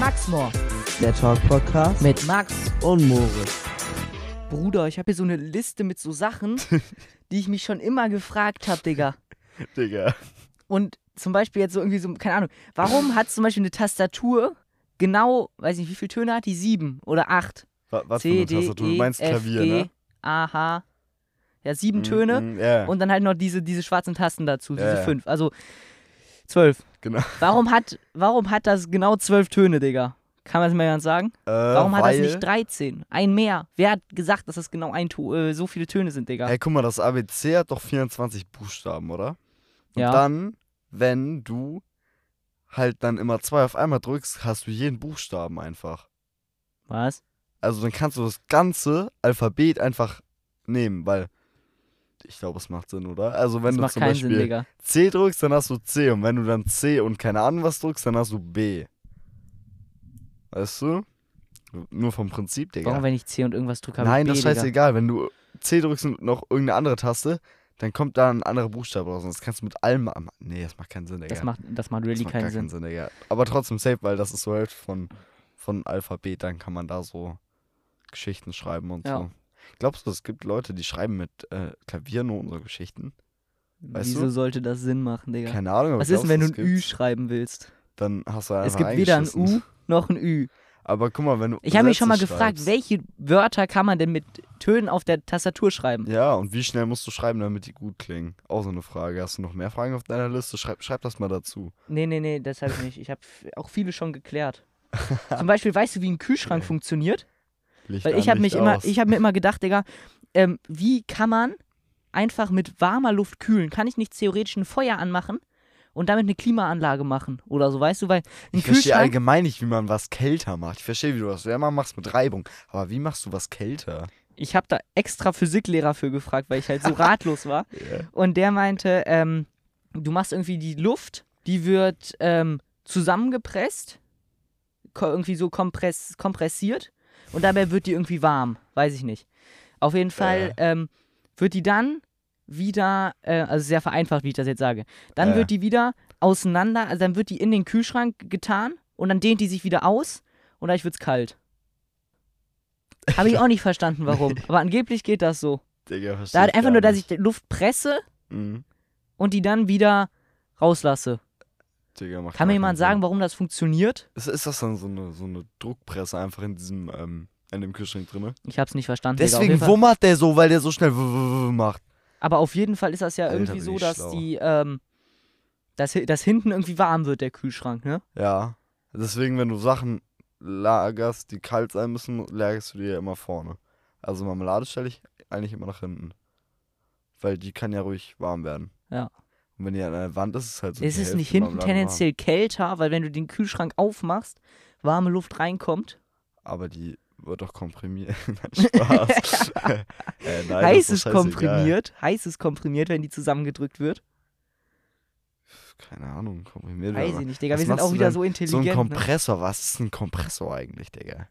Max Moore, Der Talk Podcast mit Max. und Moritz. Bruder, ich habe hier so eine Liste mit so Sachen, die ich mich schon immer gefragt habe, Digga. Digga. Und zum Beispiel jetzt so irgendwie so, keine Ahnung, warum hat zum Beispiel eine Tastatur genau, weiß nicht, wie viele Töne hat die? Sieben oder acht? Wa- Was C, für D, eine Tastatur? Du E, meinst F, Klavier, G, ne? A, H. Ja, sieben Mm, Töne. mm, Ja, Und dann halt noch diese, diese schwarzen Tasten dazu, diese Ja, ja. fünf. Also zwölf. genau. Warum hat, warum hat das genau zwölf Töne, Digga? Kann man das mal jemand sagen? Warum äh, hat das weil, nicht 13? Ein mehr. Wer hat gesagt, dass das genau ein To- äh, so viele Töne sind, Digga? Hey, guck mal, das ABC hat doch 24 Buchstaben, oder? Und Ja. dann, wenn du halt dann immer zwei auf einmal drückst, hast du jeden Buchstaben einfach. Was? Also dann kannst du das ganze Alphabet einfach nehmen, weil ich glaube, es macht Sinn, oder? Also das wenn du macht zum keinen Beispiel Sinn, Digga. C drückst, dann hast du C und wenn du dann C und keine Ahnung was drückst, dann hast du B. Weißt du? Nur vom Prinzip, Digga. Warum, wenn ich C und irgendwas drücke, habe ich Nein, B, das ist Digga. scheißegal. Wenn du C drückst und noch irgendeine andere Taste, dann kommt da ein anderer Buchstabe raus. Und das kannst du mit allem. am- Nee, das macht keinen Sinn, Digga. Das macht, das macht Das really macht keinen gar Sinn. Digga. Aber trotzdem safe, weil das ist so halt von, von Alphabet, dann kann man da so Geschichten schreiben und Ja. so. Glaubst du, es gibt Leute, die schreiben mit äh, Klaviernoten so Geschichten? Weißt Wieso du? sollte das Sinn machen, Digga? Keine Ahnung. Aber Was ist denn, wenn du glaubst ein Ü es gibt's? schreiben willst? Dann hast du einfach Es gibt weder ein eingeschissen. U noch ein Ü. Aber guck mal, wenn du. Ich habe mich schon mal Sätze gefragt, schreibst- welche Wörter kann man denn mit Tönen auf der Tastatur schreiben? Ja, und wie schnell musst du schreiben, damit die gut klingen? Auch so eine Frage. Hast du noch mehr Fragen auf deiner Liste? Schreib, schreib das mal dazu. Nee, nee, nee, das habe ich nicht. Ich habe auch viele schon geklärt. Zum Beispiel, weißt du, wie ein Kühlschrank funktioniert? Licht Weil an, ich habe mich Licht immer, aus. ich habe mir immer gedacht, Digga, ähm, wie kann man einfach mit warmer Luft kühlen? Kann ich nicht theoretisch ein Feuer anmachen und damit eine Klimaanlage machen oder so, weißt du? Weil ein Ich verstehe Kühlschrank, allgemein nicht, wie man was kälter macht. Ich verstehe, wie du das wärmer machst mit Reibung. Aber wie machst du was kälter? ich habe da extra Physiklehrer für gefragt, weil ich halt so ratlos war. Ja. Und der meinte, ähm, du machst irgendwie die Luft, die wird ähm, zusammengepresst, ko irgendwie so kompress kompressiert und dabei wird die irgendwie warm, weiß ich nicht. Auf jeden Fall ähm, wird die dann wieder, äh, also sehr vereinfacht, wie ich das jetzt sage, dann Äh. wird die wieder auseinander, also dann wird die in den Kühlschrank getan und dann dehnt die sich wieder aus und dadurch wird's kalt. Habe ich auch nicht verstanden, warum. Aber angeblich geht das so. Digga, verstehe Da einfach gar nur, dass ich nicht. die Luft presse Mhm. und die dann wieder rauslasse. Kann Digga, macht gar mir keinen jemand Sinn. sagen, warum das funktioniert? Ist, ist das dann so eine, so eine Druckpresse einfach in diesem, ähm, in dem Kühlschrank drinne? Ich hab's nicht verstanden. Deswegen Digga. Auf jeden Fall, wummert der so, weil der so schnell w- w- w- macht. aber auf jeden Fall ist das ja Alter, irgendwie bin so, ich dass schlau. die, ähm, dass, hi- dass hinten irgendwie warm wird, der Kühlschrank, ne? Ja. Deswegen, wenn du Sachen lagerst, die kalt sein müssen, lagerst du die ja immer vorne. Also Marmelade stelle ich eigentlich immer nach hinten. Weil die kann ja ruhig warm werden. Ja. Und wenn die an der Wand ist, ist es halt so. ist die es nicht Hälfte hinten Marmelade tendenziell kälter, weil wenn du den Kühlschrank aufmachst, warme Luft reinkommt? Warm. Aber die wird doch komprimiert. Nein, Spaß. äh, nein, heiß das ist scheißegal. komprimiert, heiß ist komprimiert, wenn die zusammengedrückt wird. Keine Ahnung, komprimiert. Weiß aber- ich nicht, Digga, Was wir sind machst auch du wieder denn? so so ein intelligent. ne? Kompressor, was ist ein Kompressor eigentlich, Digga?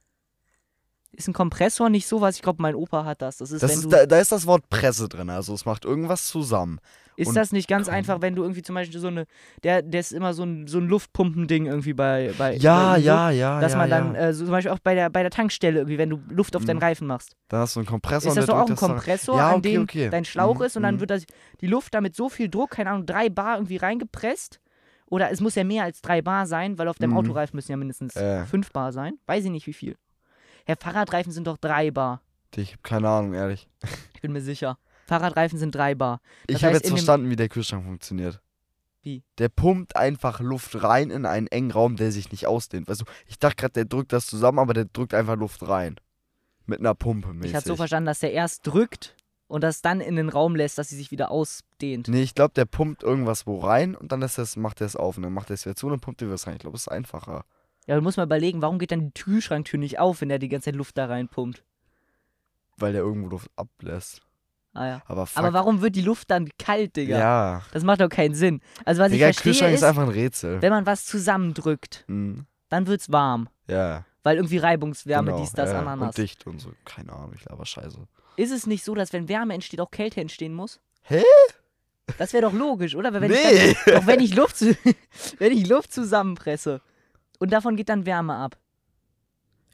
Ist ein Kompressor nicht sowas? Ich glaube, mein Opa hat das. Das ist, Das wenn ist, du da, da ist das Wort Presse drin, also es macht irgendwas zusammen. Ist Und das nicht ganz kaum- einfach, wenn du irgendwie zum Beispiel so eine, der, der ist immer so ein, so ein Luftpumpending irgendwie bei, bei Ja, bei so, ja, ja. dass ja, man dann ja. äh, so zum Beispiel auch bei der, bei der Tankstelle irgendwie, wenn du Luft auf deinen Mhm. Reifen machst, Dann hast du einen Kompressor ist das und der doch auch ein drückt das dann- Kompressor, Ja, an okay, dem okay. dein Schlauch Mhm, ist und dann mhm. wird das, die Luft da mit so viel Druck, keine Ahnung, drei Bar irgendwie reingepresst oder es muss ja mehr als drei Bar sein, weil auf deinem Mhm. Autoreifen müssen ja mindestens Äh. fünf Bar sein, weiß ich nicht wie viel. Herr, Fahrradreifen sind doch drei Bar, Ich hab keine Ahnung, ehrlich. ich bin mir sicher. Fahrradreifen sind drei Bar. Ich Das habe heißt, jetzt in dem- verstanden, wie der Kühlschrank funktioniert. Wie? Der pumpt einfach Luft rein in einen engen Raum, der sich nicht ausdehnt. Weißt du, ich dachte gerade, der drückt das zusammen, aber der drückt einfach Luft rein. Mit einer Pumpe mäßig. Ich hatte so verstanden, dass der erst drückt und das dann in den Raum lässt, dass sie sich wieder ausdehnt. Nee, ich glaube, der pumpt irgendwas wo rein und dann lässt das, macht er es auf. Und dann macht er es wieder zu und dann pumpt er wieder was rein. Ich glaube, es ist einfacher. Ja, du musst mal überlegen, warum geht dann die Kühlschranktür nicht auf, wenn der die ganze Zeit Luft da reinpumpt? Weil der irgendwo Luft ablässt. Ah ja. Aber fuck. Aber warum wird die Luft dann kalt, Digga? Ja. Das macht doch keinen Sinn. Also was Digga, ich verstehe Kühlschrank ist, ist einfach ein Rätsel. wenn man was zusammendrückt, Mhm. dann wird's warm. Ja. Weil irgendwie Reibungswärme, genau, dies, das, ja. Ananas. Und dicht und so. Keine Ahnung, ich laber Scheiße. Ist es nicht so, dass wenn Wärme entsteht, auch Kälte entstehen muss? Hä? Das wäre doch logisch, oder? Weil wenn Nee. ich dann, doch wenn ich Luft, zu- wenn ich Luft zusammenpresse und davon geht dann Wärme ab.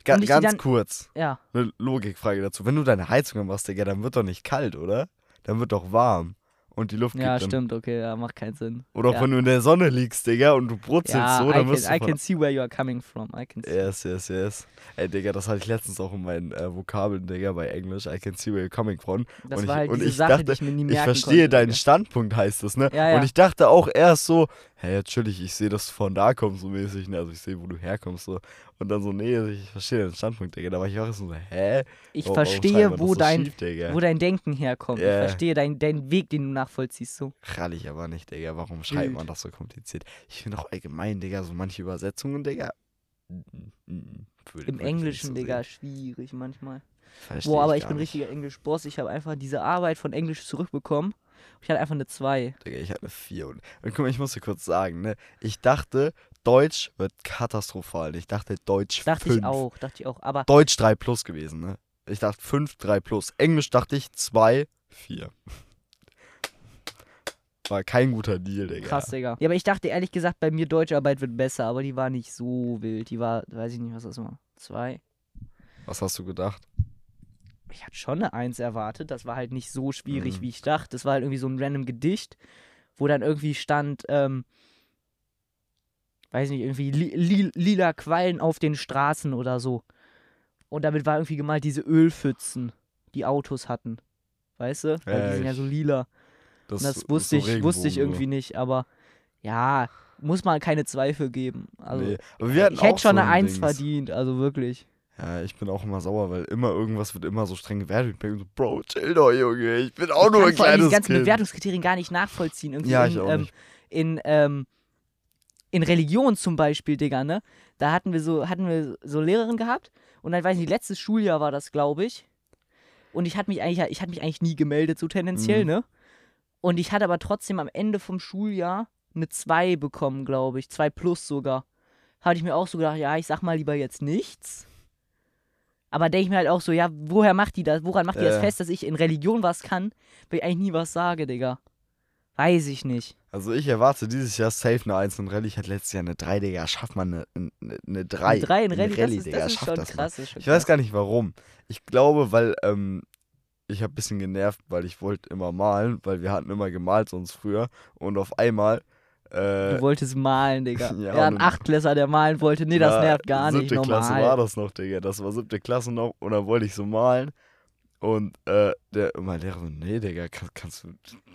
Ga Und ich die ganz dann- kurz, Ja. eine Logikfrage dazu. Wenn du deine Heizung anmachst, Digga, dann wird doch nicht kalt, oder? Dann wird doch warm. Und die Luft Ja, gibt dann. stimmt, okay, ja, macht keinen Sinn. Oder auch ja. wenn du in der Sonne liegst, Digga, und du brutzelst ja, so, I, dann can, wirst du I von... can see where you are coming from. I can see. Yes, yes, yes. Ey, Digga, das hatte ich letztens auch in meinen äh, Vokabeln, Digga, bei Englisch. I can see where you're coming from. Das und war ich, halt und diese ich Sache, dachte, die ich mir nie merken Ich verstehe konnte. deinen Standpunkt, heißt das, ne? Ja, ja. Und ich dachte auch erst so, hä, natürlich, ich sehe, dass du von da kommst, so mäßig, ne? Also ich sehe, wo du herkommst, so. Und dann so, nee, also ich verstehe deinen Standpunkt, Digga. Da war ich auch erst so, hä? Ich Warum- warum schreibt verstehe, man wo oh, das so dein, Schief, Digga? wo dein Denken herkommt. Ja. Ich verstehe deinen dein Weg, den du nachvollziehst. So. Krall ich aber nicht, Digga. Warum schreibt Wild. man das so kompliziert? Ich finde auch allgemein, Digga, so manche Übersetzungen, Digga. mm, Im Englischen, Digga, schwierig manchmal. Verstehe Boah, aber ich gar bin nicht. richtiger Englisch-Boss. Ich habe einfach diese Arbeit von Englisch zurückbekommen. Ich hatte einfach eine 2. Digga, ich hatte eine 4. Und, und guck mal, ich muss dir kurz sagen, ne? Ich dachte, Deutsch wird katastrophal. Ich dachte, Deutsch Dachte ich fünf. auch, dachte ich auch. Aber Deutsch 3 plus gewesen, ne? Ich dachte 5, 3 plus. Englisch dachte ich 2, 4. War kein guter Deal, Digga. krass, Digga. Ja, aber ich dachte ehrlich gesagt, bei mir Deutscharbeit wird besser, aber die war nicht so wild. Die war, weiß ich nicht, was das war. Zwei. Was hast du gedacht? Ich hatte schon eine Eins erwartet. Das war halt nicht so schwierig, Mhm. wie ich dachte. Das war halt irgendwie so ein random Gedicht, wo dann irgendwie stand, ähm, weiß nicht, irgendwie li li lila Quallen auf den Straßen oder so. Und damit war irgendwie gemalt diese Ölpfützen, die Autos hatten. Weißt du? Weil Ja, die sind ja ich- so lila. Das, Das, ist so wusste, ich, wusste ich Regenbogen, irgendwie nicht, aber ja, muss man keine Zweifel geben. Also, nee. Aber wir hatten ich hätte auch schon so eine ein Eins Dings. verdient, also wirklich. Ja, ich bin auch immer sauer, weil immer irgendwas wird immer so streng gewertet. Ich bin so, Bro, chill doch, Junge. Ich bin auch ich nur kann ein vor allem kleines die ganzen Kind. Bewertungskriterien gar nicht nachvollziehen. Irgendwie Ja, in, ich auch ähm, nicht. In, ähm, in Religion zum Beispiel, Digga, ne? Da hatten wir so, hatten wir so Lehrerin gehabt und dann weiß ich nicht, letztes Schuljahr war das, glaube ich. Und ich hatte mich eigentlich, ich hatte mich eigentlich nie gemeldet, so tendenziell, Mhm. ne? Und ich hatte aber trotzdem am Ende vom Schuljahr eine 2 bekommen, glaube ich. 2 plus sogar. Hatte ich mir auch so gedacht, ja, ich sag mal lieber jetzt nichts. Aber denke ich mir halt auch so, ja, woher macht die das? Woran macht die das Äh. fest, dass ich in Religion was kann, weil ich eigentlich nie was sage, Digga? Weiß ich nicht. Also ich erwarte dieses Jahr safe eine 1 in Rallye. Ich hatte letztes Jahr eine 3, Digga. Schaff mal eine, eine, eine 3. Eine drei in Rallye, das ist, Digga. das ist Schaff schon das mal. krass. das ist schon Ich weiß krass. gar nicht warum. Ich glaube, weil ähm, ich habe ein bisschen genervt, weil ich wollte immer malen, weil wir hatten immer gemalt sonst früher. Und auf einmal. Äh, Du wolltest malen, Digga. Ja, Ja, und ein im- Achtklässler, der malen wollte. Nee, das war nervt gar nicht. Siebte Klasse normal. war das noch, Digga. Das war siebte Klasse noch. Und dann wollte ich so malen. Und äh, der, und mein Lehrer so, nee, Digga, kann, kannst du.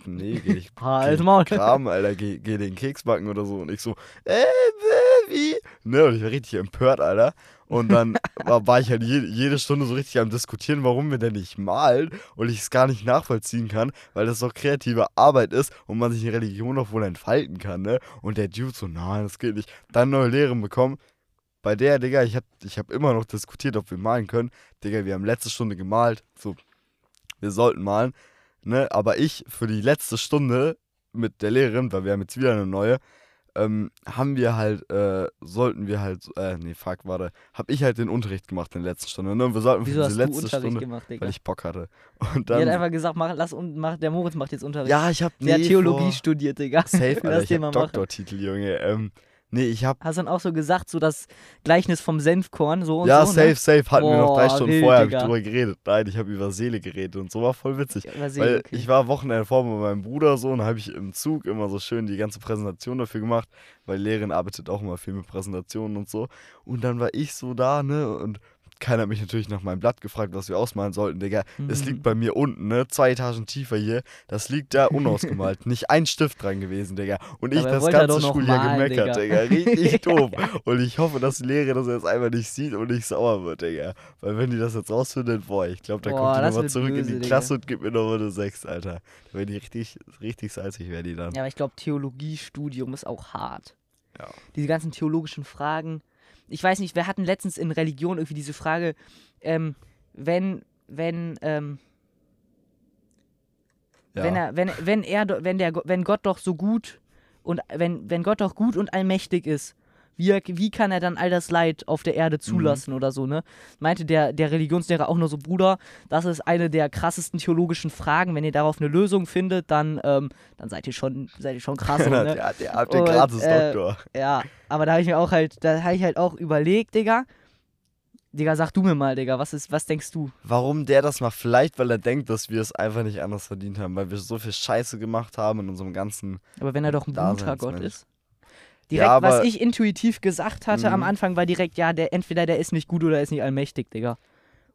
Nee, geh ich. Halt geh Maul. Kram, Alter, geh, geh den Keks backen oder so. Und ich so, äh, äh, wie? Ne, und ich war richtig empört, Alter. Und dann war, war ich halt je, jede Stunde so richtig am Diskutieren, warum wir denn nicht malen und ich es gar nicht nachvollziehen kann, weil das doch kreative Arbeit ist und man sich in Religion auch wohl entfalten kann, ne? Und der Dude so, nein, das geht nicht. Dann neue Lehren bekommen. Bei der, Digga, ich hab, ich hab immer noch diskutiert, ob wir malen können. Digga, wir haben letzte Stunde gemalt. So, wir sollten malen. Ne? Aber ich für die letzte Stunde mit der Lehrerin, weil wir haben jetzt wieder eine neue, ähm, haben wir halt, äh, sollten wir halt, äh, nee, fuck, warte, hab ich halt den Unterricht gemacht in der letzten Stunde, ne? Und wir sollten für Wieso hast diese du letzte Unterricht Stunde, gemacht, Digga? weil ich Bock hatte. Und Die hat dann, einfach gesagt, mach, lass und mach, der Moritz macht jetzt Unterricht. ja, ich hab, der nee, hat Theologie vor- studiert, Digga. Safe, Alter, Lass ich den mal hab machen. Doktortitel, Junge. Ähm, nee, ich hab. Hast dann auch so gesagt, so das Gleichnis vom Senfkorn, so und ja, so. ne? safe, safe. Hatten wir noch drei Boah, Stunden wild, vorher, hab ich Digga. drüber geredet. Nein, ich habe über Seele geredet und so war voll witzig. Ne? Übersehen, Weil okay. ich war Wochenende vor mit meinem Bruder so und habe ich im Zug immer so schön die ganze Präsentation dafür gemacht, weil Lehrerin arbeitet auch immer viel mit Präsentationen und so. Und dann war ich so da, ne? Und keiner hat mich natürlich nach meinem Blatt gefragt, was wir ausmalen sollten, Digga. Es Mhm. liegt bei mir unten, ne? Zwei Etagen tiefer hier. Das liegt da unausgemalt. Nicht ein Stift dran gewesen, Digga. Und ich Dabei das wollte er ganze doch noch Schuljahr malen, gemeckert, Digga. Digga. Richtig doof. Und ich hoffe, dass die Lehrerin das jetzt einfach nicht sieht und nicht sauer wird, Digga. Weil wenn die das jetzt rausfindet, boah, ich glaube, da Boah, kommt die das nochmal wird zurück in böse, die Digga. Klasse und gibt mir nochmal eine 6, Alter. Da wäre die richtig, richtig salzig, wäre die dann. Ja, aber ich glaube, Theologiestudium ist auch hart. Ja. Diese ganzen theologischen Fragen. Ich weiß nicht, wir hatten letztens in Religion irgendwie diese Frage, ähm, wenn, wenn, ähm, Ja. wenn er, wenn, wenn er, do- wenn der, Go- wenn Gott doch so gut und wenn, wenn Gott doch gut und allmächtig ist, wie, er- wie kann er dann all das Leid auf der Mhm. Erde zulassen oder so, ne? Meinte der, der Religionslehrer auch nur so, Bruder, das ist eine der krassesten theologischen Fragen. Wenn ihr darauf eine Lösung findet, dann, ähm, dann seid ihr schon, seid ihr schon krass, so, ne? der Genau, hat der hat den Und, gratis äh, Doktor. Ja, aber da habe ich mir auch halt, da habe ich halt auch überlegt, Digga, Digga, sag du mir mal, Digga, was, ist, was denkst du? Warum der das macht? Vielleicht, weil er denkt, dass wir es einfach nicht anders verdient haben, weil wir so viel Scheiße gemacht haben in unserem ganzen. Aber wenn er doch ein Daseinsmensch. guter Gott ist. Direkt, Ja, was aber- ich intuitiv gesagt hatte am Mhm. Anfang, war direkt, ja, der entweder der ist nicht gut oder er ist nicht allmächtig, Digga.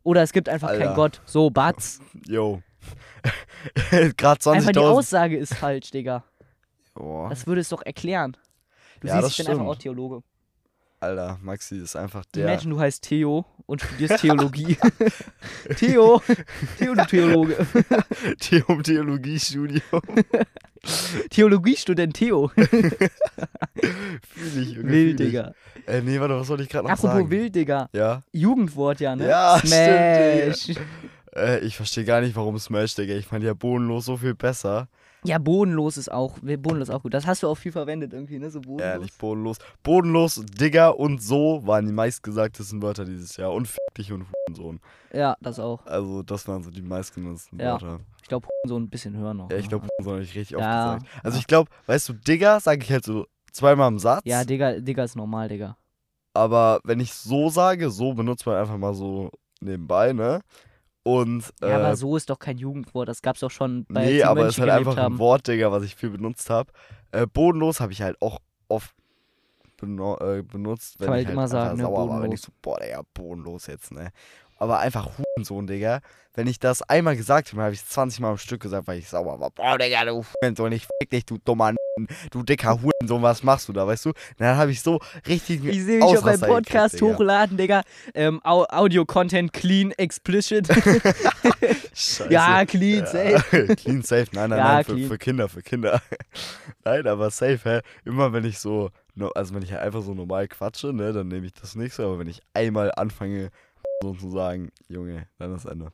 Oder es gibt einfach keinen Alter. Gott. So, Batz. Yo. Gerade Einfach die 20.000. Aussage ist falsch, Digga. Boah, Das würde es doch erklären. Du Ja, siehst, das ich bin einfach stimmt. auch Theologe. Alter, Maxi ist einfach der. Imagine, du heißt Theo und studierst Theologie. Theo, Theo, du Theologe. Theum Theologiestudio. Theologiestudent Theo. Fühl ich, Junge, fühl ich. Wild, Digga. Äh, nee, warte, was wollte ich gerade noch Apropos sagen? wild, Digga. Ja. Jugendwort ja, ne? Ja, stimmt, Digga. Smash. Äh, ich verstehe gar nicht, warum Smash, Digga. Ich fand ja bodenlos so viel besser. Ja, bodenlos ist auch, bodenlos auch gut. Das hast du auch viel verwendet irgendwie, ne? So bodenlos. Ehrlich, bodenlos. Bodenlos, Digga und so waren die meistgesagtesten Wörter dieses Jahr. Und f dich und Hurensohn. Ja, das auch. Also, das waren so die meistgenutzten Ja. Wörter. Ich glaube, so ein bisschen höher noch. Ja, ich ne? glaube, Hurensohn habe ich richtig oft Ja. gesagt. Also, ich glaube, weißt du, Digga sage ich halt so zweimal im Satz. Ja, Digga, Digga ist normal, Digga. aber wenn ich so sage, so benutzt man einfach mal so nebenbei, ne? Und. Ja, aber äh, so ist doch kein Jugendwort. Das gab's auch schon bei als Nee, die aber es ist Mönche halt gelebt einfach haben. ein Wort, Digga, was ich viel benutzt habe. Äh, bodenlos habe ich halt auch oft beno äh, benutzt. man ich halt immer einfach sagen, ne, sauer war, wenn bodenlos. ich so, boah, Digga, bodenlos jetzt, ne? Aber einfach Hurensohn, Digga. Wenn ich das einmal gesagt habe, habe ich es 20 Mal am Stück gesagt, weil ich sauer war. Boah, Digga, du Hurensohn, ich fick dich, du dummer N du dicker Hurensohn, was machst du da, weißt du? Dann habe ich so richtig Ich sehe mich auf meinem Ausraster gekriegt, Podcast Digga. hochladen, Digga. Ähm, Au Audio-Content clean, explicit. Scheiße. ja, clean, safe. clean, safe. Nein, nein, Ja, nein, für, clean. für Kinder, für Kinder. nein, aber safe, hä? Immer wenn ich so, no- also wenn ich halt einfach so normal quatsche, ne, dann nehme ich das nicht so, aber wenn ich einmal anfange, so zu sagen, Junge, dann ist Ende.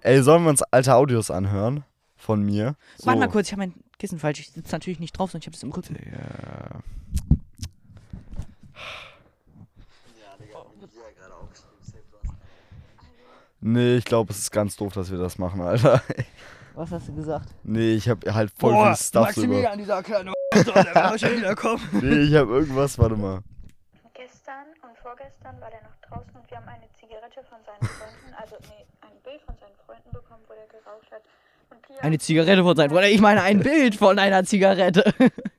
Ey, sollen wir uns alte Audios anhören? Von mir? So. Warte mal kurz, ich habe mein Kissen falsch. Ich sitze natürlich nicht drauf, sondern ich habe es im Rücken. Ja. Nee, ich glaube, es ist ganz doof, dass wir das machen, Alter. Was hast du gesagt? Nee, ich hab halt voll viel Stuff über. dieser kleine der muss schon wieder kommen. Nee, ich hab irgendwas, warte mal. Gestern und vorgestern war der noch draußen und wir haben eine Zigarette von seinen Freunden, also nee, ein Bild von seinen Freunden bekommen, wo der geraucht hat. Und Pia Eine Zigarette von sein. Oder ich meine ein Bild von einer Zigarette.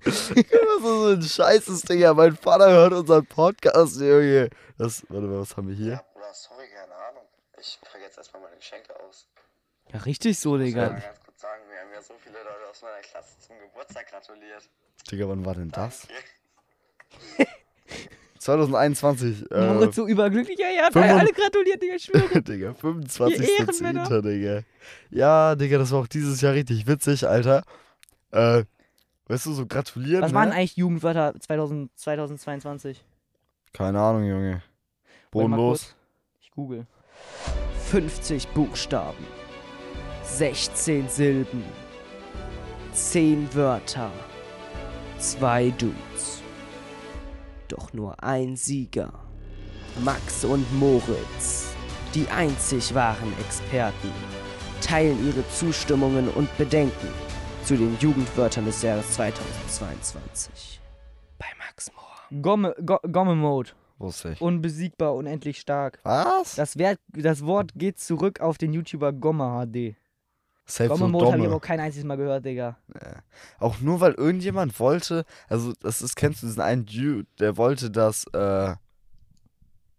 Das ist so ein scheißes Ding, ja. Mein Vater hört unseren Podcast, Junge. Das, warte mal, was haben wir hier? Ja, Bruder, sorry, keine Ahnung. Ich packe jetzt erstmal meine Geschenke aus. Ja, richtig so, Ich will mal Äh, Digga. ganz kurz sagen, wir haben ja so viele Leute aus meiner Klasse zum Geburtstag gratuliert. Digga, wann war denn das? Danke. 2021. Äh, Moritz so überglücklich. Ja, ja, alle gratuliert, Digga, ich schwöre. Digga, Ihr 25. Ehrenmänner. Zehnter, Digga. Ja, Digga, das war auch dieses Jahr richtig witzig, Alter. Äh, weißt du, so gratulieren. Was waren ne? eigentlich Jugendwörter 2000, 2022? Keine Ahnung, Junge. Warte mal Bodenlos. kurz. Ich google. 50 Buchstaben. 16 Silben. 10 Wörter. Zwei Dudes. Doch nur ein Sieger. Max und Moritz, die einzig wahren Experten, teilen ihre Zustimmungen und Bedenken zu den Jugendwörtern des Jahres 2022. Bei Max Mohr. Gomme, Go Gomme Mode. Wusste ich. Unbesiegbar, unendlich stark. Was? Das, Wert, das Wort geht zurück auf den YouTuber Gomme HD. Safe Gomme so Mode habe ich dumme. aber auch kein einziges Mal gehört, Digga. Auch nur weil irgendjemand wollte, also das ist, kennst du diesen einen Dude, der wollte das, äh,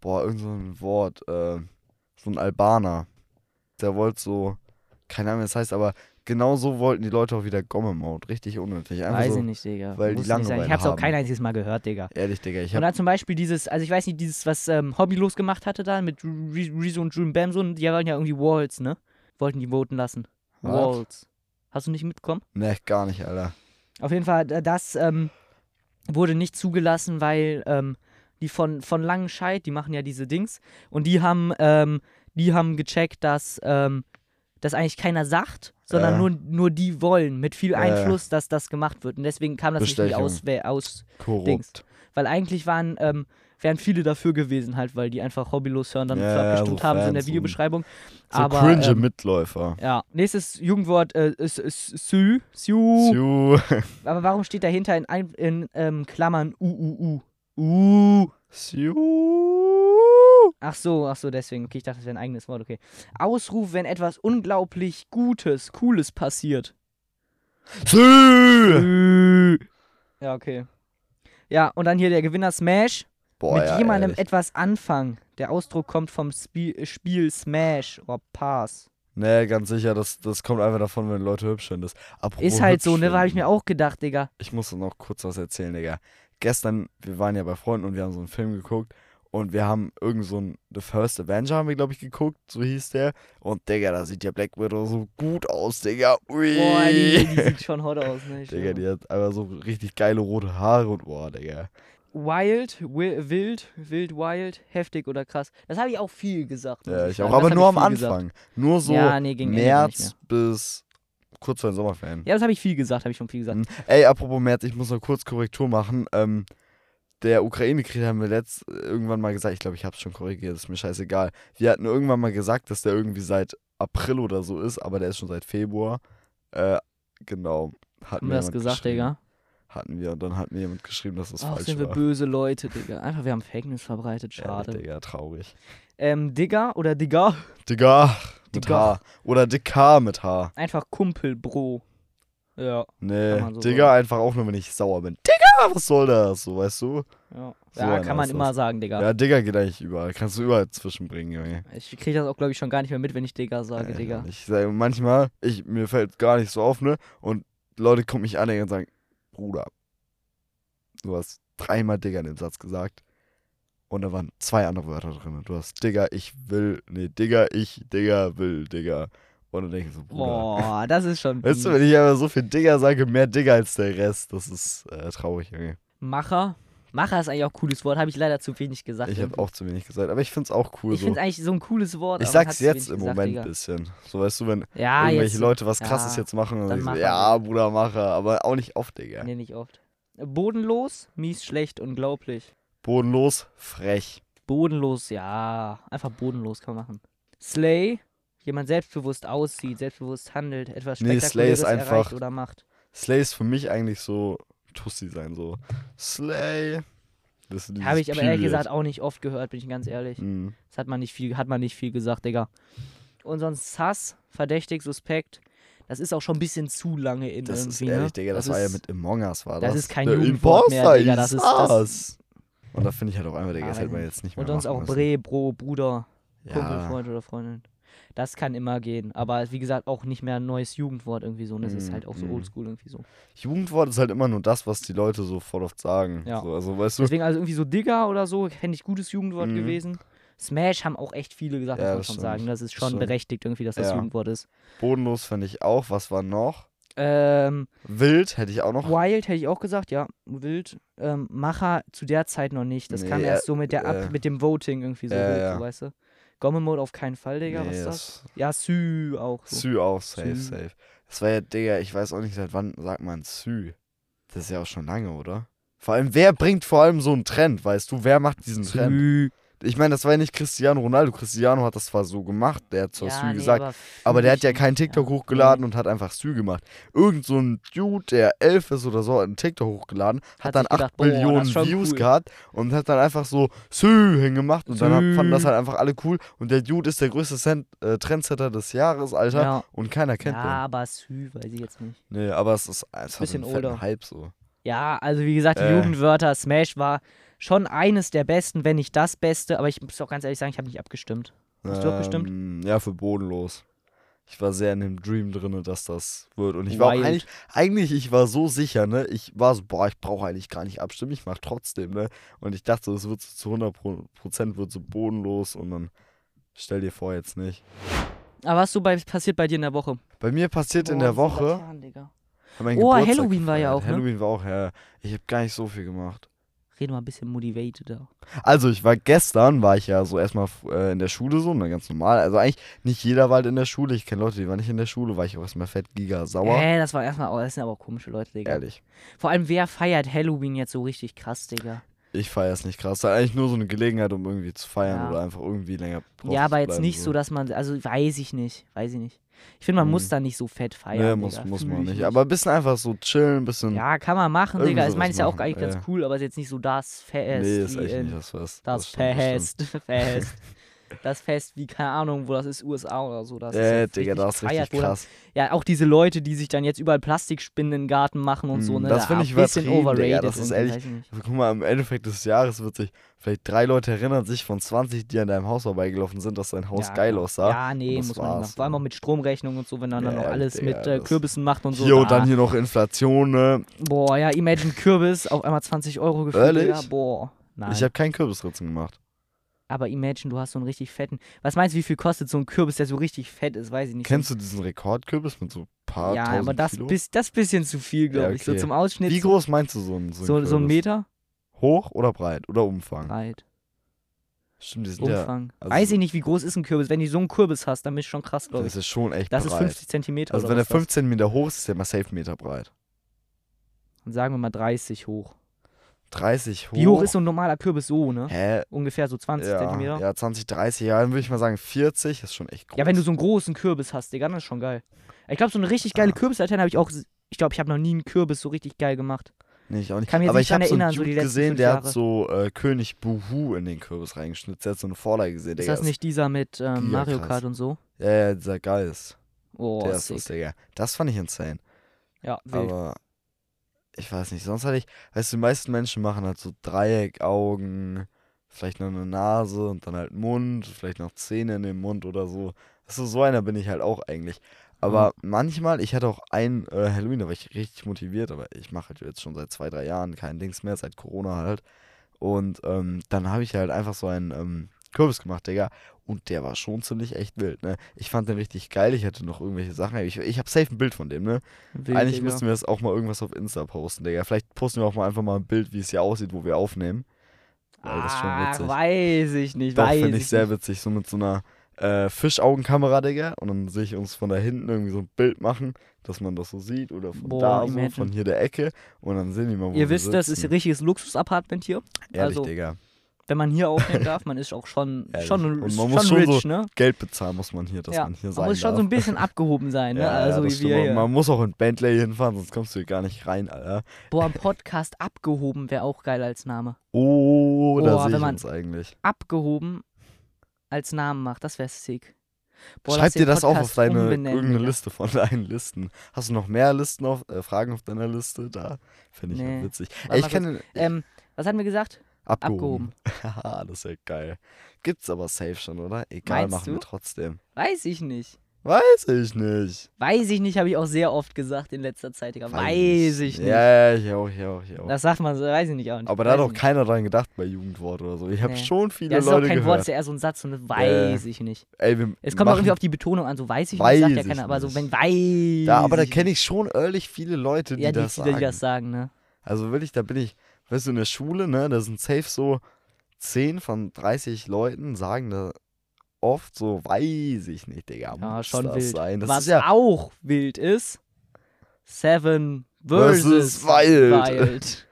boah, irgend so ein Wort, äh, so ein Albaner. Der wollte so, keine Ahnung, wie das heißt, aber genau so wollten die Leute auch wieder Gomme-Mode. Richtig unnötig. Einfach Weiß so, ich nicht, Digga. weil Muss die nicht sein. Langeweile Ich hab's auch haben. kein einziges Mal gehört, Digga. Ehrlich, Digga, ich Und hab. dann zum Beispiel dieses, also ich weiß nicht, dieses, was ähm, Hobbylos gemacht hatte da mit Re- Rezo und Dream Bam, so, die waren ja irgendwie Walls, ne? Wollten die voten lassen. Was? Walls. Hast du nicht mitbekommen? Ne, gar nicht, Alter. Auf jeden Fall, äh, das ähm, wurde nicht zugelassen, weil ähm, die von, von Langenscheid, die machen ja diese Dings, und die haben, ähm, die haben gecheckt, dass ähm, das eigentlich keiner sagt, sondern Äh. nur, nur die wollen, mit viel Äh. Einfluss, dass das gemacht wird. Und deswegen kam das Bestechung. nicht in die Auswäh- aus, Korrupt. Dings. Weil eigentlich waren, ähm, wären viele dafür gewesen, halt, weil die einfach hobbylos hören, dann Ja, für ja, abgestimmt so haben, so in Fans der und- Videobeschreibung. So Aber, cringe ähm, Mitläufer. ja, nächstes Jugendwort äh, ist, ist Sü. Sü. Sue. Aber warum steht dahinter in, ein- in ähm, Klammern U, U, U? Uh. Sue. Ach so, ach so, deswegen. Okay, ich dachte, das wäre ein eigenes Wort, okay. Ausruf, wenn etwas unglaublich Gutes, Cooles passiert. Äh. Sü! Ja, okay. Ja, und dann hier der Gewinner Smash. Boah, mit ja, jemandem ehrlich. etwas anfangen. Der Ausdruck kommt vom Spie Spiel Smash oder Pass. Nee, ganz sicher, das, das kommt einfach davon, wenn Leute hübsch sind. Das, apropos Ist halt hübsch so, ne? Habe ich finden. mir auch gedacht, Digga. Ich muss noch kurz was erzählen, Digga. Gestern, wir waren ja bei Freunden und wir haben so einen Film geguckt und wir haben irgend so einen The First Avenger haben wir, glaube ich, geguckt, so hieß der. Und Digga, da sieht ja Black Widow so gut aus, Digga. Ui. Boah, die, die sieht schon hot aus, ne? Ich Äh. Digga, schwöre. die hat einfach so richtig geile rote Haare und boah, Digga. Wild, wi- wild, wild, wild, heftig oder krass. Das habe ich auch viel gesagt. muss Ja, ich auch. sagen. Das Aber hab nur am ich viel gesagt. Anfang. Nur so Ja, nee, gegen Ende nicht März bis kurz vor den Sommerferien. Ja, das habe ich viel gesagt, habe ich schon viel gesagt. Mhm. Ey, apropos März, ich muss noch kurz Korrektur machen. Ähm, der Ukraine-Krieg haben wir letzt irgendwann mal gesagt, ich glaube, ich habe es schon korrigiert, ist mir scheißegal. Wir hatten irgendwann mal gesagt, dass der irgendwie seit April oder so ist, aber der ist schon seit Februar. Äh, genau. Hatten Haben wir wir das jemand gesagt, geschrieben. Digga? Hatten wir und dann hat mir jemand geschrieben, dass das Ach, falsch sind wir war. böse Leute, Digga. Einfach, wir haben Fake News verbreitet, schade. Ja, Digga, traurig. ähm, Digga oder Digga, Digga, mit Digga. H. Oder Dicker mit H. einfach Kumpel, Bro. Ja, Nee, Kann man so Digga, sagen. einfach auch nur, wenn ich sauer bin. Digga, was soll das? So, weißt du? ja. So ja, einer kann man ist immer das. sagen, Digga. Ja, Digga geht eigentlich überall. Kannst du überall zwischenbringen, Junge. Ich kriege das auch, glaube ich, schon gar nicht mehr mit, wenn ich Digga sage, Äh, Digga. Ich sage manchmal, ich, mir fällt gar nicht so auf, ne? Und Leute gucken mich an und sagen, Bruder, du hast dreimal Digga in dem Satz gesagt. Und da waren zwei andere Wörter drin. Du hast Digga, ich will, nee, Digga, ich, Digga, will, Digga. Und dann denke ich so, Bruder. Boah, das ist schon. Weißt du, fies. wenn ich aber so viel Digga sage, mehr Digga als der Rest, das ist äh, traurig, Junge. Macher. Macher ist eigentlich auch ein cooles Wort, habe ich leider zu wenig gesagt. Ich habe auch zu wenig gesagt, aber ich find's auch cool ich so. finde es eigentlich so ein cooles Wort. Ich aber man sag's hat zu wenig jetzt im gesagt, Moment Digga. ein bisschen. So, weißt du, wenn Ja, irgendwelche Ah, jetzt. Leute was ja, krasses jetzt machen. Und dann ich so, machen ja, Bruder, mache. Aber auch nicht oft, Digga. Nee, nicht oft. Bodenlos, mies, schlecht, unglaublich. Bodenlos, frech. Bodenlos, ja. Einfach bodenlos kann man machen. Slay. Jemand selbstbewusst aussieht, selbstbewusst handelt, etwas Nee, Slay Spektakuläres ist einfach- erreicht oder macht. Slay ist für mich eigentlich so Tussi sein, so. Slay. Bisschen dieses Habe ich aber ehrlich Period. gesagt auch nicht oft gehört, bin ich ganz ehrlich. Mhm. Das hat man nicht viel, hat man nicht viel gesagt, Digga. Und sonst Hass, verdächtig, suspekt. Das ist auch schon ein bisschen zu lange in Das ist irgendwie. ehrlich, ne? Digga, das, war ja mit Among Us, war das? das ist kein Der Jugendwort mehr, Imposter Digga, das ist- das- das. Und da finde ich halt auch einmal, Digga, Ah, das hätte weiß man nicht. jetzt nicht mehr Und sonst machen auch müssen. Bre, Bro, Bruder, Kumpel, Ja. Freund oder Freundin. Das kann immer gehen. Aber wie gesagt, auch nicht mehr ein neues Jugendwort irgendwie so. Und das ist Mm, halt auch so mm. oldschool irgendwie so. Jugendwort ist halt immer nur das, was die Leute so voll oft sagen. Ja. So, also, weißt du, Deswegen also irgendwie so Digger oder so, fände ich gutes Jugendwort Mhm. gewesen. Smash haben auch echt viele gesagt, Ja, muss man das schon stimmt. sagen. Das ist Das schon stimmt. berechtigt irgendwie, dass das Ja. Jugendwort ist. bodenlos fand ich auch. Was war noch? Ähm, Wild hätte ich auch noch. Wild hätte ich auch gesagt, ja, wild. Ähm, Macher zu der Zeit noch nicht. Das Nee, kam äh, erst so mit der Ab äh. mit dem Voting irgendwie so, Ja, wild, ja. so weißt du. Gomme Mode auf keinen Fall, Digga, was Nee, ist das? das- Ja, Sü auch so. Sü auch, safe, Sü. safe. Das war ja, Digga, ich weiß auch nicht, seit wann sagt man Sü. Das ist ja auch schon lange, oder? Vor allem, wer bringt vor allem so einen Trend, weißt du? Wer macht diesen Trend? Sü. Ich meine, das war ja nicht Cristiano Ronaldo. Cristiano hat das zwar so gemacht, der hat zwar Ja, Sü nee, gesagt, aber, der fühl hat ja ich keinen nicht, TikTok ja. hochgeladen und hat einfach Sü gemacht. Irgend so ein Dude, der elf ist oder so, hat einen TikTok hochgeladen, Hat hat, dann sich 8 gedacht, boah, das ist Billionen schon Views cool. gehabt und hat dann einfach so Sü hingemacht und dann Sü. hat, fanden das halt einfach alle cool. Und der Dude ist der größte Cent, äh, Trendsetter des Jahres, Alter. Ja. Und keiner Ja, kennt den. aber Sü weiß ich jetzt nicht. Nee, aber es ist einfach Bisschen ein fetten older. Hype so. Ja, also wie gesagt, die Äh. Jugendwörter, Smash war schon eines der besten, wenn nicht das Beste, aber ich muss auch ganz ehrlich sagen, ich habe nicht abgestimmt. Hast du abgestimmt? Ähm, Ja, für bodenlos. Ich war sehr in dem Dream drin, dass das wird. Und ich war auch Wild. eigentlich, eigentlich, ich war so sicher, ne? Ich war so, boah, ich brauche eigentlich gar nicht abstimmen, ich mache trotzdem, ne? Und ich dachte, es wird so zu 100% wird so bodenlos und dann stell dir vor, jetzt nicht. Aber was so bei, passiert bei dir in der Woche? Bei mir passiert in Boah, der diese Woche. Laternen, Digga. hab meinen Oh, Geburtstag Halloween war ja gefeiert. auch, ne? Halloween war auch, ja. Ich habe gar nicht so viel gemacht. Red mal ein bisschen motivated da. Also ich war gestern, war ich ja so erstmal äh, in der Schule so, ne, ganz normal. Also eigentlich nicht jeder war halt in der Schule. Ich kenne Leute, die waren nicht in der Schule, war ich auch erstmal fett giga sauer. Äh, das war erstmal, oh, das sind aber auch komische Leute, Digga. Ehrlich. Vor allem, wer feiert Halloween jetzt so richtig krass, Digga? Ich feiere es nicht krass. Das ist eigentlich nur so eine Gelegenheit, um irgendwie zu feiern Ja. oder einfach irgendwie länger drauf Ja, aber zu jetzt bleiben, nicht so, dass man, also weiß ich nicht, weiß ich nicht. Ich finde, man Mhm. muss da nicht so fett feiern. Nee, muss, Digga. muss Fühl man ich nicht. Aber ein bisschen einfach so chillen, ein bisschen. Ja, kann man machen, Irgendwie Digga. Ich sowas meine, ist ja auch machen, eigentlich ja. ganz cool, aber ist jetzt nicht so das äh, Fest. nee, ist wie echt in nicht das Fest. das stimmt, Fest. stimmt. Fest. Das Fest, wie, keine Ahnung, wo das ist, USA oder so. Das ist Äh, ja Digga, das ist richtig gefeiert, wo dann- krass. Ja, auch diese Leute, die sich dann jetzt überall Plastikspinnen in den Garten machen und so, Mm, ne? das da find ich ein bisschen übertrieben, Digga, overrated. das ist und ehrlich- weiß ich nicht. Aber Also, Guck mal, im Endeffekt des Jahres wird sich vielleicht drei Leute erinnern sich von 20, die an deinem Haus vorbeigelaufen sind, dass dein Haus Ja, geil klar. aussah. Ja, nee, das muss man nicht machen. war's. Vor allem auch mit Stromrechnung und so, wenn dann, dann Ja, noch alles Digga, mit äh, das- Kürbissen macht und so. Hier und da. dann hier noch Inflation, ne? Boah, ja, Imagine Kürbis, auf einmal 20 Euro gefühlt. Ehrlich? Digga, Boah. Nein. Ich habe keinen Kürbisritzen gemacht. Aber Imagine, du hast so einen richtig fetten. Was meinst du, wie viel kostet so ein Kürbis, der so richtig fett ist? Weiß ich nicht. Kennst du diesen Rekordkürbis mit so ein paar Ja, tausend aber das Kilo? bis, das bisschen zu viel, glaube ich. So okay. zum Ausschnitt. Wie so- groß meinst du so einen so, so, so ein Kürbis? Meter? Hoch oder breit oder Umfang? Breit. Stimmt, die sind ja. Umfang. also- Weiß ich nicht, wie groß ist ein Kürbis. Wenn du so einen Kürbis hast, dann bist du schon krass, glaube Das ich. ist schon echt Das ist breit. 50 Zentimeter. also oder wenn er was ist das? 15 Meter hoch ist, ist er mal safe Meter breit. Dann sagen wir mal 30 hoch. 30 hoch. Wie hoch ist so ein normaler Kürbis so, ne? Hä? Ungefähr so 20 ja, Zentimeter. Ja. Ja, 20, 30, ja, dann würde ich mal sagen 40, ist schon echt groß. wenn du so einen großen Kürbis hast, Digga, dann ist schon geil. Ich glaube, so eine richtig geile Ja. Kürbislaterne habe ich auch. Ich glaube, ich habe noch nie einen Kürbis so richtig geil gemacht. Nee, ich auch nicht. Kann mich jetzt Aber nicht ich habe dran so einen erinnern, so Dude die letzten gesehen, fünf der Jahre. hat so äh, König Buhu in den Kürbis reingeschnitzt. Der hat so eine Vorlage gesehen. Ist Digga, das nicht dieser mit ähm, giga Mario krass. Kart und so? Ja, ja, dieser Geist. Oh, der ist sick. das, Digga. Das fand ich insane. Ja, wild. Aber ich weiß nicht, sonst hatte ich, weißt du, die meisten Menschen machen halt so Dreieck, Augen, vielleicht noch eine Nase und dann halt Mund, vielleicht noch Zähne in dem Mund oder so. Weißt du, so einer bin ich halt auch eigentlich. Aber manchmal, ich hatte auch ein äh, Halloween, da war ich richtig motiviert, aber ich mache halt jetzt schon seit zwei, drei Jahren kein Dings mehr, seit Corona halt. Und ähm, dann habe ich halt einfach so einen ähm, Kürbis gemacht, Digga. Und der war schon ziemlich echt wild, ne? Ich fand den richtig geil, ich hatte noch irgendwelche Sachen. Ich, ich habe safe ein Bild von dem, ne? wild Eigentlich Digga. müssten wir das auch mal irgendwas auf Insta posten, Digga. Vielleicht posten wir auch mal einfach mal ein Bild, wie es hier aussieht, wo wir aufnehmen. Weil das ist schon Ach, witzig. Ah, weiß ich nicht. Doch, weiß finde ich sehr nicht. witzig. So mit so einer äh, Fischaugenkamera, Digga. Und dann sehe ich uns von da hinten irgendwie so ein Bild machen, dass man das so sieht. Oder von Boah, da, so, imagine. von hier der Ecke. Und dann sehen die mal, wo Ihr wir wisst, das ist ein sitzen. richtiges Luxus-Apartment hier. Ehrlich, also- Digga. Wenn man hier aufnehmen darf, man ist auch schon, Ehrlich. schon, Und man schon muss schon rich, so ne? Geld bezahlen muss man hier, dass ja. man hier sein muss schon darf. so ein bisschen abgehoben sein, ne? ja, also ja, das wie stimmt. wir Man- hier. Man muss auch in Bentley hinfahren, sonst kommst du hier gar nicht rein, Alter. Boah, ein Podcast abgehoben wäre auch geil als Name. Oh, da Boah, sehe wenn ich man- uns eigentlich. Abgehoben als Namen macht, das wäre sick. Boah, lass Schreib dir den das auf auf Podcast deine umbenennen, irgendeine Digga. Liste von deinen Listen. Hast du noch mehr Listen auf äh, Fragen auf deiner Liste? Da finde ich ja Nee. witzig. Warte Ey, ich mal kann Ähm, was hatten wir gesagt? abgehoben. Haha, das ist ja geil. Gibt's aber safe schon, oder? Egal, Meinst machen wir du? trotzdem. Weiß ich nicht. Weiß ich nicht. Weiß ich nicht, habe ich auch sehr oft gesagt in letzter Zeit, Digga. Weiß, ich nicht. Ja, ich auch, ich auch, ich auch. Das sagt man so, weiß ich nicht auch nicht. aber da hat Weiß auch ich keiner dran gedacht bei Jugendwort oder so. Ich habe Nee. schon nicht. viele Ja, das ist auch Leute kein Wort, gehört. das ist ja eher so ein Satz, so eine weiß ich nicht. Ey, wir Es kommt auch machen- irgendwie auf die Betonung an, so weiß ich Weiß nicht, sagt ja ich keiner, aber so nicht. wenn weiß. ja, aber da ich kenne ich schon ehrlich viele Leute, die, ja, die, das, die, sagen. die das sagen, ne? Also wirklich, da bin ich, weißt du, in der Schule, ne, da sind safe so 10 von 30 Leuten, sagen da oft so, weiß ich nicht, Digga. Ja, muss schon das wild. sein? Das Was ist ja, auch wild ist, Seven versus, Versus Wild. Wild.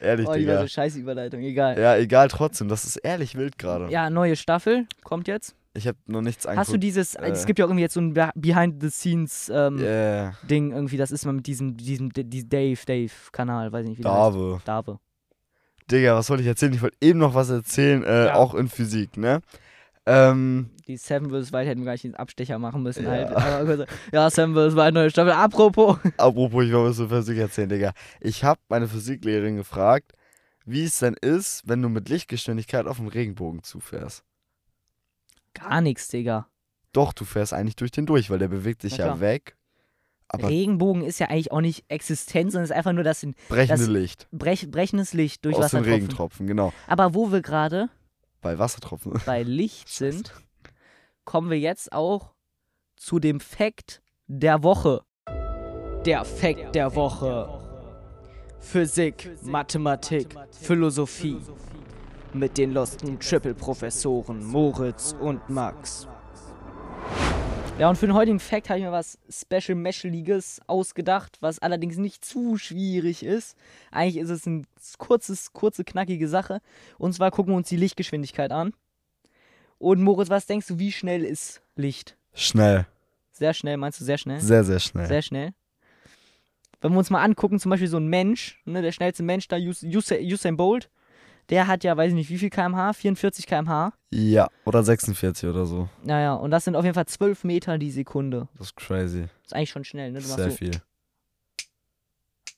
ehrlich, Oh, die war Digga. so scheiße Überleitung, egal. Ja, egal, trotzdem, das ist ehrlich wild gerade. Ja. neue Staffel kommt jetzt. Ich habe noch nichts angeguckt. Hast du dieses, äh, es gibt ja auch irgendwie jetzt so ein Beh- Behind-the-Scenes ähm, Yeah, Ding irgendwie, das ist mal mit diesem, diesem D- diesem Dave, Dave-Kanal, weiß ich nicht, wie der heißt. Dave. Dave. Digga, was wollte ich erzählen? Ich wollte eben noch was erzählen, äh, Ja. auch in Physik, ne? Ähm, Die Seven vs. Wild hätten wir gar nicht den Abstecher machen müssen. Ja. Halt. Aber kurz, ja, Seven vs. Wild, neue Staffel. Apropos. Apropos, ich wollte was zur Physik erzählen, Digga. Ich habe meine Physiklehrerin gefragt, wie es denn ist, wenn du mit Lichtgeschwindigkeit auf dem Regenbogen zufährst. Gar nichts, Digga. Doch, du fährst eigentlich durch den durch, weil der bewegt sich Na ja klar. weg. Aber Regenbogen ist ja eigentlich auch nicht existent, sondern ist einfach nur das in brechende das- Licht brech, brechendes Licht durch aus den Wassertropfen. Regentropfen, genau. Aber wo wir gerade Bei Wassertropfen. bei Licht sind, kommen wir jetzt auch zu dem Fact der Woche. Der Fact der Woche. Physik, Mathematik, Philosophie. Mit den losten Triple-Professoren Moritz und Max. Ja, und für den heutigen Fact habe ich mir was Special Mesheliges ausgedacht, was allerdings nicht zu schwierig ist. Eigentlich ist es eine kurzes, kurze, knackige Sache. Und zwar gucken wir uns die Lichtgeschwindigkeit an. Und Moritz, was denkst du, wie schnell ist Licht? Schnell. Sehr schnell, meinst du sehr schnell? Sehr, sehr schnell. Sehr schnell. Wenn wir uns mal angucken, zum Beispiel so ein Mensch, ne, der schnellste Mensch da, Us Us Usain Bolt, der hat ja, weiß ich nicht, wie viel kmh? 44 kmh. ja, oder 46 oder so. Naja, und das sind auf jeden Fall 12 Meter die Sekunde. Das ist crazy. ist eigentlich schon schnell, ne? Du machst Sehr so, viel.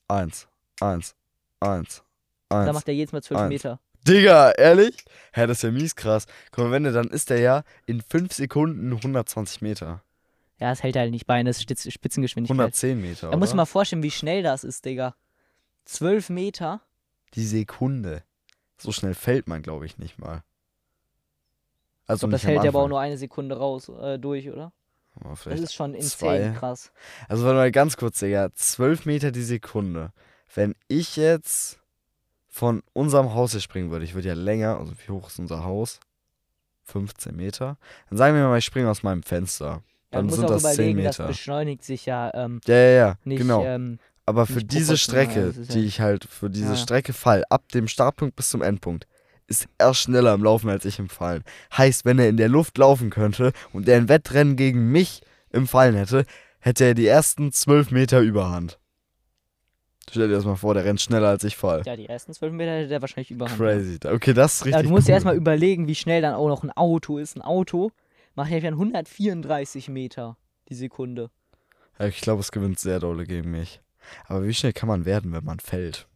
Eins, eins, eins, Da eins. macht er jedes Mal 12 Eins. Meter. Digga, ehrlich? Hä, das ist ja mies krass. Guck mal, wenn der, dann ist der ja in 5 Sekunden 120 Meter. Ja, es hält halt nicht bei, das ist Stitz- Spitzengeschwindigkeit. 110 Meter. Da muss oder? man mal vorstellen, wie schnell das ist, Digga. 12 Meter? Die Sekunde. So schnell fällt man, glaube ich, nicht mal. Ich Also glaub, das nicht am hält ja aber auch Anfang. nur eine Sekunde raus, äh, durch, oder? Das Aber Oh, vielleicht ist schon zwei. insane krass. Also warte mal ganz kurz, Digga. 12 Meter die Sekunde. Wenn ich jetzt von unserem Haus hier springen würde, ich würde ja länger, also wie hoch ist unser Haus? 15 Meter. Dann sagen wir mal, ich springe aus meinem Fenster. Ja, man Dann muss sind auch das 10 überlegen, das Meter. beschleunigt sich ja ähm, Ja, ja, ja. nicht. genau. Ähm, Aber für nicht diese proportional, Strecke, das ist ja- die ich halt, für diese Ja. Strecke fall, ab dem Startpunkt bis zum Endpunkt, ist er schneller im Laufen als ich im Fallen. Heißt, wenn er in der Luft laufen könnte und er ein Wettrennen gegen mich im Fallen hätte, hätte er die ersten zwölf Meter Überhand. Stell dir das mal vor, der rennt schneller als ich fall. ja, die ersten 12 Meter hätte der wahrscheinlich überhand. Crazy. Okay, das ist Ja, richtig. du musst cool. ja erstmal überlegen, wie schnell dann auch noch ein Auto ist. Ein Auto macht ja dann 134 Meter die Sekunde. Ja, Ich glaube, es gewinnt sehr dolle gegen mich. Aber wie schnell kann man werden, wenn man fällt?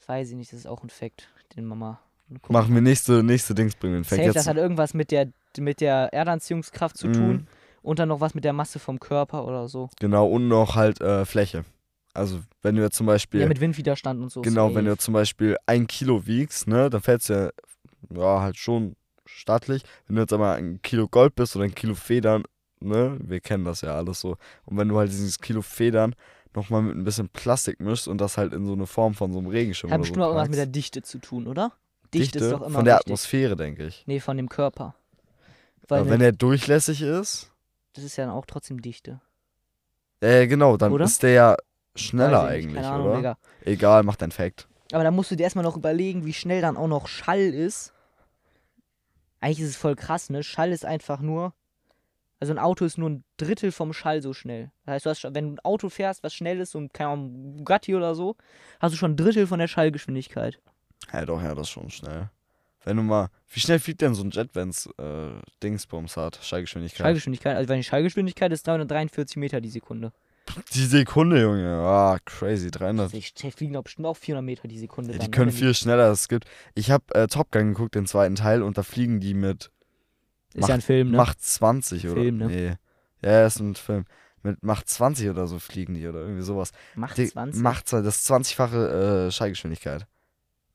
Das weiß ich nicht, das ist auch ein Fact, den Mama. Machen wir nächste, nächste Dings bringen. Fängt Safe, jetzt das hat irgendwas mit der, mit der Erdanziehungskraft zu Mhm. tun und dann noch was mit der Masse vom Körper oder so. Genau, und noch halt äh, Fläche. Also, wenn du jetzt zum Beispiel. Ja, mit Windwiderstand und so. genau, wenn du safe. jetzt zum Beispiel ein Kilo wiegst, ne, dann fällst du ja, ja halt schon stattlich. Wenn du jetzt aber ein Kilo Gold bist oder ein Kilo Federn, ne, wir kennen das ja alles so. Und wenn du halt dieses Kilo Federn nochmal mit ein bisschen Plastik mischst und das halt in so eine Form von so einem Regenschirm Hat oder bestimmt so auch irgendwas mit der packst. Dichte zu tun, oder? Dichte, ist doch immer von der wichtig. Atmosphäre, denke ich. Nee, von dem Körper. Weil Aber wenn ne, er durchlässig ist, das ist ja dann auch trotzdem Dichte. äh, genau, dann Oder? ist der ja schneller Weiß ich nicht, eigentlich, keine Ahnung, oder? Digga. Egal, macht ein Fact. Aber da musst du dir erstmal noch überlegen, wie schnell dann auch noch Schall ist. Eigentlich ist es voll krass, ne? Schall ist einfach nur. Also ein Auto ist nur ein Drittel vom Schall so schnell. Das heißt, du hast, schon- wenn du ein Auto fährst, was schnell ist, so ein keine Ahnung, Bugatti oder so, hast du schon ein Drittel von der Schallgeschwindigkeit. Ja, doch, ja, das ist schon schnell. Wenn du mal. Wie schnell fliegt denn so ein Jet, wenn es äh, Dingsbums hat? Schallgeschwindigkeit. Schallgeschwindigkeit, also wenn die Schallgeschwindigkeit ist 343 Meter die Sekunde. die Sekunde, Junge. Ah, crazy. 300. Also Die fliegen doch bestimmt auch 400 Meter die Sekunde. Ja, dann, die ne, können wenn viel schneller. Es gibt. Ich habe äh, Top Gun geguckt, den zweiten Teil, und da fliegen die mit. Ist ja ein Film, ne? Macht 20 oder. Film, ne? Nee. Ja, ist ein Film. Mit Macht 20 oder so fliegen die oder irgendwie sowas. Macht Die- 20. Macht zwei- das ist 20-fache äh, Schallgeschwindigkeit. ja,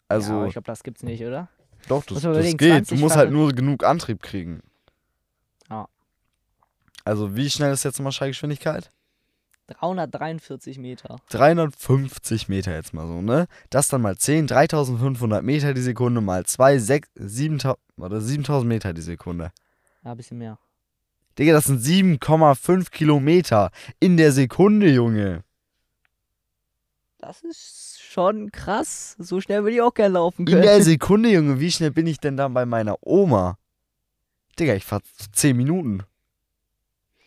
Also, aber ich glaube, das gibt's nicht, oder? doch, das, muss man das überlegen, geht. Du musst halt 20-fache. nur genug Antrieb kriegen. Ja. Also, wie schnell ist jetzt nochmal Schallgeschwindigkeit? 343 Meter. 350 Meter jetzt mal so, ne? Das dann mal 10, 3500 Meter die Sekunde mal 2, 6, 7000, warte, 7000 Meter die Sekunde. Ja, ein bisschen mehr. Digga, das sind 7,5 Kilometer in der Sekunde, Junge. Das ist schon krass. So schnell würde ich auch gerne laufen In der können. Sekunde, Junge, wie schnell bin ich denn dann bei meiner Oma? Digga, ich fahr 10 Minuten.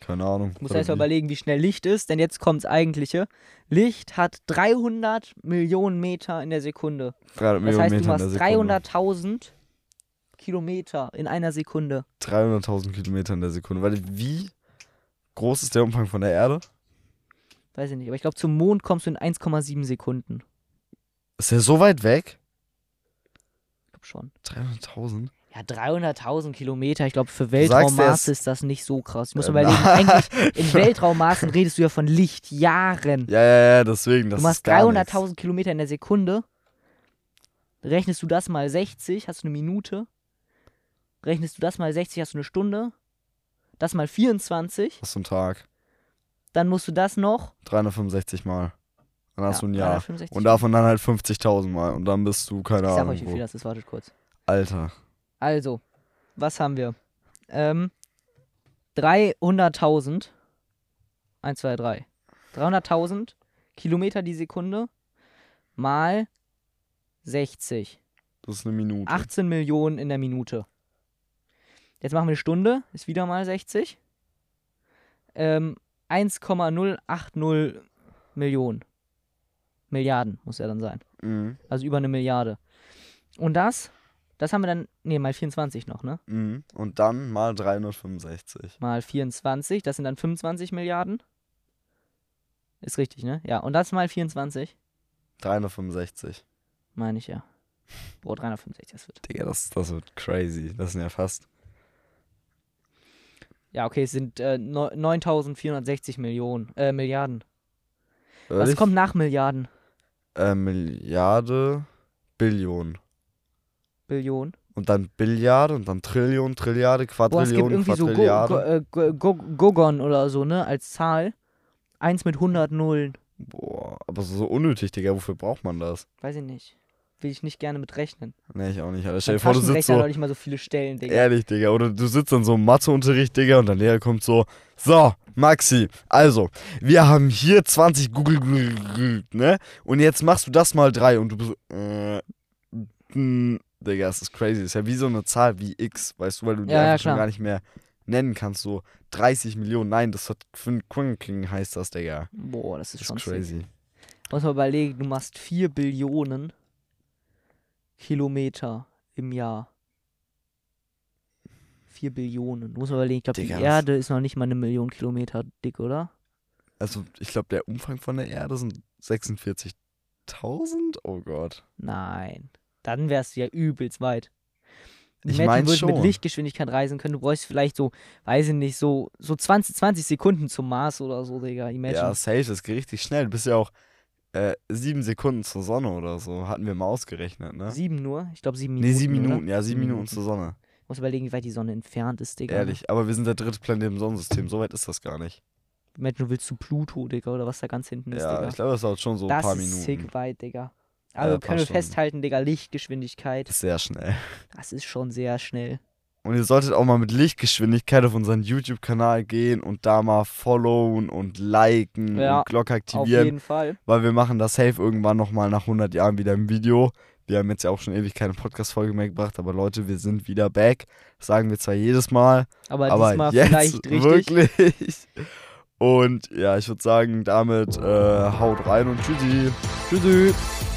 Keine Ahnung. Ich muss erst mal überlegen, wie schnell Licht ist, denn jetzt kommt's eigentliche. Licht hat 300 Millionen Meter in der Sekunde. 300 Das Millionen heißt, Meter du in der machst Sekunde. 300.000 Kilometer in einer Sekunde. 300.000 Kilometer in der Sekunde. Weil wie groß ist der Umfang von der Erde? Weiß ich nicht, aber ich glaube, zum Mond kommst du in 1,7 Sekunden. Ist der so weit weg? Ich glaube schon. 300.000? Ja, 300.000 Kilometer. Ich glaube, für sagst, der ist- Weltraummaße ist das nicht so krass. Ich muss Äh, mal überlegen, nein. eigentlich in Weltraummaßen redest du ja von Lichtjahren. Ja, ja, ja, deswegen. Das du machst ist gar nichts. 300.000 Kilometer in der Sekunde. Rechnest du das mal 60, hast du eine Minute. Rechnest du das mal 60, hast du eine Stunde. Das mal 24. Hast du einen Tag. Dann musst du das noch. 365 Mal. Dann hast Ja, du ein Jahr. 365. Und davon dann halt 50.000 Mal. Und dann bist du, keine Ich sag Ahnung. euch, wie viel Wo. das ist. Wartet kurz. Alter. Also, was haben wir? Ähm, 300.000. 1, 2, 3. 300.000 Kilometer die Sekunde mal 60. Das ist eine Minute. 18 Millionen in der Minute. Jetzt machen wir eine Stunde, ist wieder mal 60. Ähm, 1,080 Millionen. Milliarden muss ja dann sein. Mhm. Also über eine Milliarde. Und das, das haben wir dann, nee, mal 24 noch, ne? Mhm. Und dann mal 365. Mal 24, das sind dann 25 Milliarden. Ist richtig, ne? Ja, und das mal 24, 365. meine ich ja. Boah, 365, das wird. Digga, das, das wird crazy. Das sind ja fast. Ja, okay, es sind äh, neu- 9.460 Millionen, äh, Milliarden. Was Ehrlich? kommt nach Milliarden? Äh, Milliarde, Billion. Billionen? Und dann Billiarde und dann Trillion, Trilliarde, Boah, es gibt Quadrillion, irgendwie so Go, Go, Quadrilliarde. äh, Go, Go, Gogon oder so, ne? Als Zahl. Eins mit 100 Nullen. Boah, aber so unnötig, Digga. Wofür braucht man das? Weiß ich nicht. Will ich nicht gerne mit rechnen. Nee, ich auch nicht. Alter. Stell Mein dir vor, du sitzt Taschenrechner hat so. doch nicht mal so viele Stellen, Digga. Ehrlich, Digga. Oder du sitzt in so einem Matheunterricht, Digga, und der Lehrer kommt so, so, Maxi, also, wir haben hier 20 Google, Google, Google ne? Und jetzt machst du das mal drei und du bist so, äh, mm, Digga, das ist crazy. Das ist ja wie so eine Zahl wie X, weißt du, weil du die Ja, ja, einfach schon klar. gar nicht mehr nennen kannst. So 30 Millionen, nein, das hat Quinking heißt das, Digga. Boah, das ist Das ist schon sick. crazy. Muss man überlegen, du machst 4 Billionen Kilometer im Jahr. 4 Billionen. Du musst mal überlegen, ich glaube, die Digga, das- Erde ist noch nicht mal eine Million Kilometer dick, oder? Also, ich glaube, der Umfang von der Erde sind 46.000? Oh Gott. Nein. Dann wärst du ja übelst weit. Die Ich Menschen mein würden mit schon. Lichtgeschwindigkeit reisen können. Du bräuchst vielleicht so, weiß ich nicht, so, so 20, 20 Sekunden zum Mars oder so, Digga. Imagine. Ja, safe, das geht richtig schnell. Du bist ja auch äh, sieben Sekunden zur Sonne oder so. Hatten wir mal ausgerechnet, ne? Sieben nur? Ich glaube sieben Minuten. nee, sieben Minuten, Oder? ja, sieben Sieben Minuten, Minuten. zur Sonne. Muss überlegen, wie weit die Sonne entfernt ist, Digga. Ehrlich, aber wir sind der dritte Planet im Sonnensystem. So weit ist das gar nicht. Mensch, du willst zu Pluto, Digga, oder was da ganz hinten ist, ja, Digga. ich glaube, das dauert schon so ein das paar ist Minuten. sick weit, Digga. Aber Ja, wir paar können wir Stunden. festhalten, Digga, Lichtgeschwindigkeit. Das ist sehr schnell. Das ist schon sehr schnell. Und ihr solltet auch mal mit Lichtgeschwindigkeit auf unseren YouTube-Kanal gehen und da mal followen und liken Ja, und Glocke Auf aktivieren, jeden Fall. weil wir machen das safe irgendwann nochmal nach 100 Jahren wieder im Video. Wir haben jetzt ja auch schon ewig keine Podcast-Folge mehr gebracht, aber Leute, wir sind wieder back. Das sagen wir zwar jedes Mal, Aber, aber diesmal jetzt vielleicht richtig. wirklich. Und ja, ich würde sagen, damit äh, haut rein und tschüssi. Tschüssi.